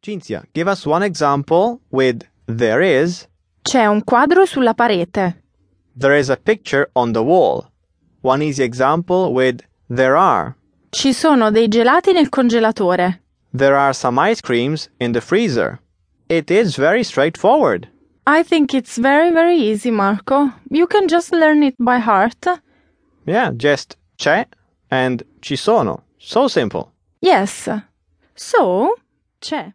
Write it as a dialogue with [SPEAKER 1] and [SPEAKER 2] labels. [SPEAKER 1] Cinzia, give us one example with there is,
[SPEAKER 2] C'è un quadro sulla parete.
[SPEAKER 1] there is a picture on the wall. One easy example with there are,
[SPEAKER 2] Ci sono dei gelati nel congelatore.
[SPEAKER 1] there are some ice creams in the freezer. It is very straightforward.
[SPEAKER 2] I think it's very very easy, Marco. You can just learn it by heart.
[SPEAKER 1] Yeah, just c'è and ci sono. So simple.
[SPEAKER 2] Yes. So, c'è.